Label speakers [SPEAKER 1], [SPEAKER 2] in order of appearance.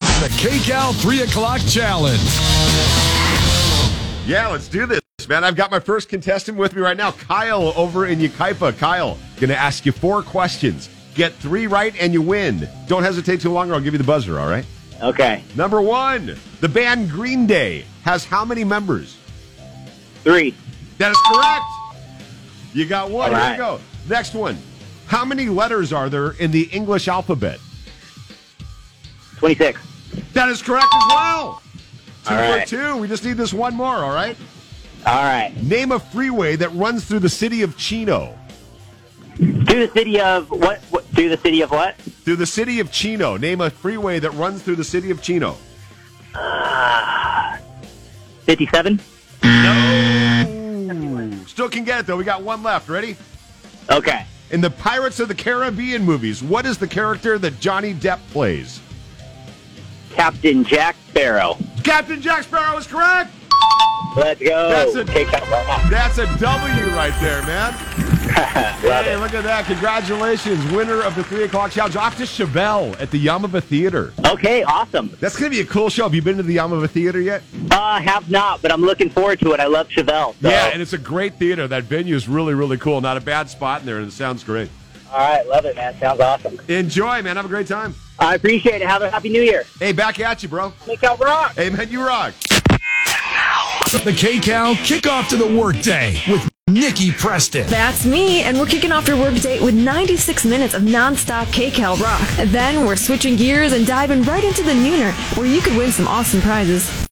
[SPEAKER 1] the KCAL 3 o'clock challenge.
[SPEAKER 2] Yeah, let's do this, man. I've got my first contestant with me right now, Kyle over in Ukaipa. Kyle, gonna ask you four questions. Get three right and you win. Don't hesitate too long or I'll give you the buzzer, all right?
[SPEAKER 3] Okay.
[SPEAKER 2] Number one, the band Green Day has how many members?
[SPEAKER 3] Three.
[SPEAKER 2] That is correct. You got one.
[SPEAKER 3] All
[SPEAKER 2] Here
[SPEAKER 3] right.
[SPEAKER 2] you go. Next one. How many letters are there in the English alphabet?
[SPEAKER 3] 26.
[SPEAKER 2] That is correct as well. Two
[SPEAKER 3] All right.
[SPEAKER 2] for two. We just need this one more, all right?
[SPEAKER 3] All right.
[SPEAKER 2] Name a freeway that runs through the city of Chino.
[SPEAKER 3] Through the city of what? what through the city of what?
[SPEAKER 2] Through the city of Chino. Name a freeway that runs through the city of Chino.
[SPEAKER 3] 57.
[SPEAKER 2] Still can get it, though. We got one left. Ready?
[SPEAKER 3] Okay.
[SPEAKER 2] In the Pirates of the Caribbean movies, what is the character that Johnny Depp plays?
[SPEAKER 3] Captain Jack Sparrow.
[SPEAKER 2] Captain Jack Sparrow is correct.
[SPEAKER 3] Let's go.
[SPEAKER 2] That's it.
[SPEAKER 3] Kick out.
[SPEAKER 2] That's a W right there, man. Hey, look at that. Congratulations. Winner of the 3 o'clock challenge. Off to Chevelle at the Yamava Theater.
[SPEAKER 3] Okay. Awesome.
[SPEAKER 2] That's going to be a cool show. Have you been to the Yamava Theater yet?
[SPEAKER 3] Uh, have not, but I'm looking forward to it. I love Chevelle. so-
[SPEAKER 2] Yeah, and it's a great theater. That venue is really, really cool. Not a bad spot in there, and it sounds great.
[SPEAKER 3] All right. Love it, man. Sounds awesome.
[SPEAKER 2] Enjoy, man. Have a great time.
[SPEAKER 3] I appreciate it. Have a happy New Year.
[SPEAKER 2] Hey, back at you, bro.
[SPEAKER 3] Kick out rock.
[SPEAKER 2] Hey, man, you rock.
[SPEAKER 1] The KCAL kickoff to the workday with Nikki Preston.
[SPEAKER 4] That's me, and we're kicking off your workday with 96 minutes of nonstop KCAL rock. Then we're switching gears and diving right into the nooner, where you could win some awesome prizes.